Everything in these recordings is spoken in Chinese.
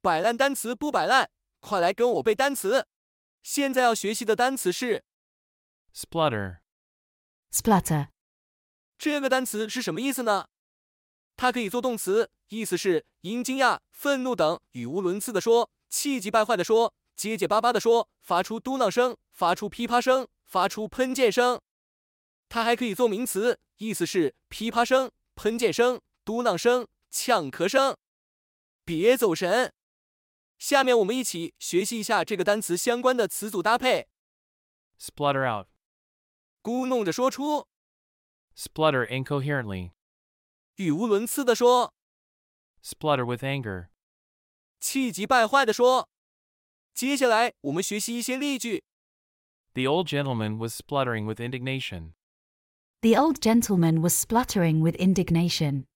摆烂单词不摆烂，快来跟我背单词。现在要学习的单词是 splutter, splatter, 这个单词是什么意思呢？它可以做动词，意思是因惊讶、愤怒等语无伦次的说，气急败坏的说，结结巴巴的说，发出嘟囔声，发出噼啪声，发出喷溅声。它还可以做名词，意思是噼啪声、喷溅声、嘟囔声、呛咳声。别走神，下面我们一起学习一下这个单词相关的词组搭配， splutter out, 咕哝着说出， splutter incoherently, 语无伦次的说， splutter with anger, 气急败坏的说。接下来我们学习一些例句。 The old gentleman was spluttering with indignation. the old gentleman was spluttering with indignation.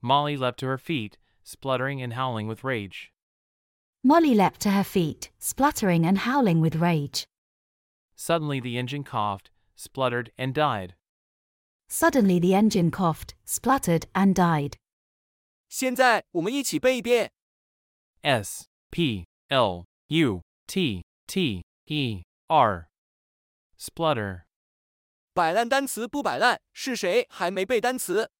Molly leapt to her feet, spluttering and howling with rage. Molly leapt to her feet, spluttering and howling with rage. Suddenly the engine coughed, spluttered, and died. Suddenly the engine coughed, spluttered, and died. 现在我们一起背一遍。 S P L U T T E R. Splutter. 摆烂单词不摆烂，是谁还没背单词？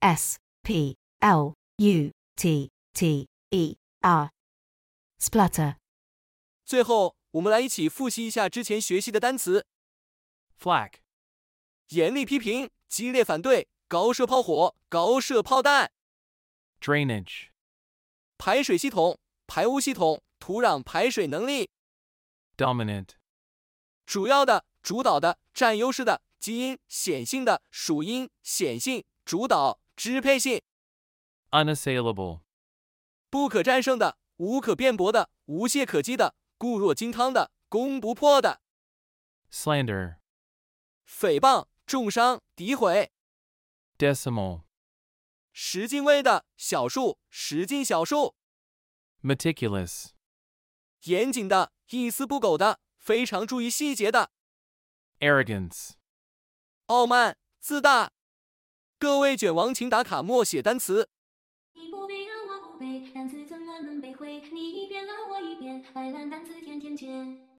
S P L U T T E R. Splutter, 最后，我们来一起复习一下之前学习的单词： Flack. 严厉批评、激烈反对、高射炮火、高射炮弹、 Drainage. 排水系统、排污系统、土壤排水能力、 Dominant. 主要的、主导的、占优势的、基因显性的、属因显性、主导支配性、 Unassailable. 不可战胜的、无可辩驳的、无懈可击的、固若金汤的、攻不破的、 Slander. 诽谤、重伤、诋毁、 Decimal. 十进位的小数、十进小数、 Meticulous. 严谨的、一丝不苟的、非常注意细节的、 Arrogance. 傲慢、自大。各位卷王，请打卡默写单词。你不背让我不背，单词怎么能背会？你一遍拉我一遍，白烂单词天天见。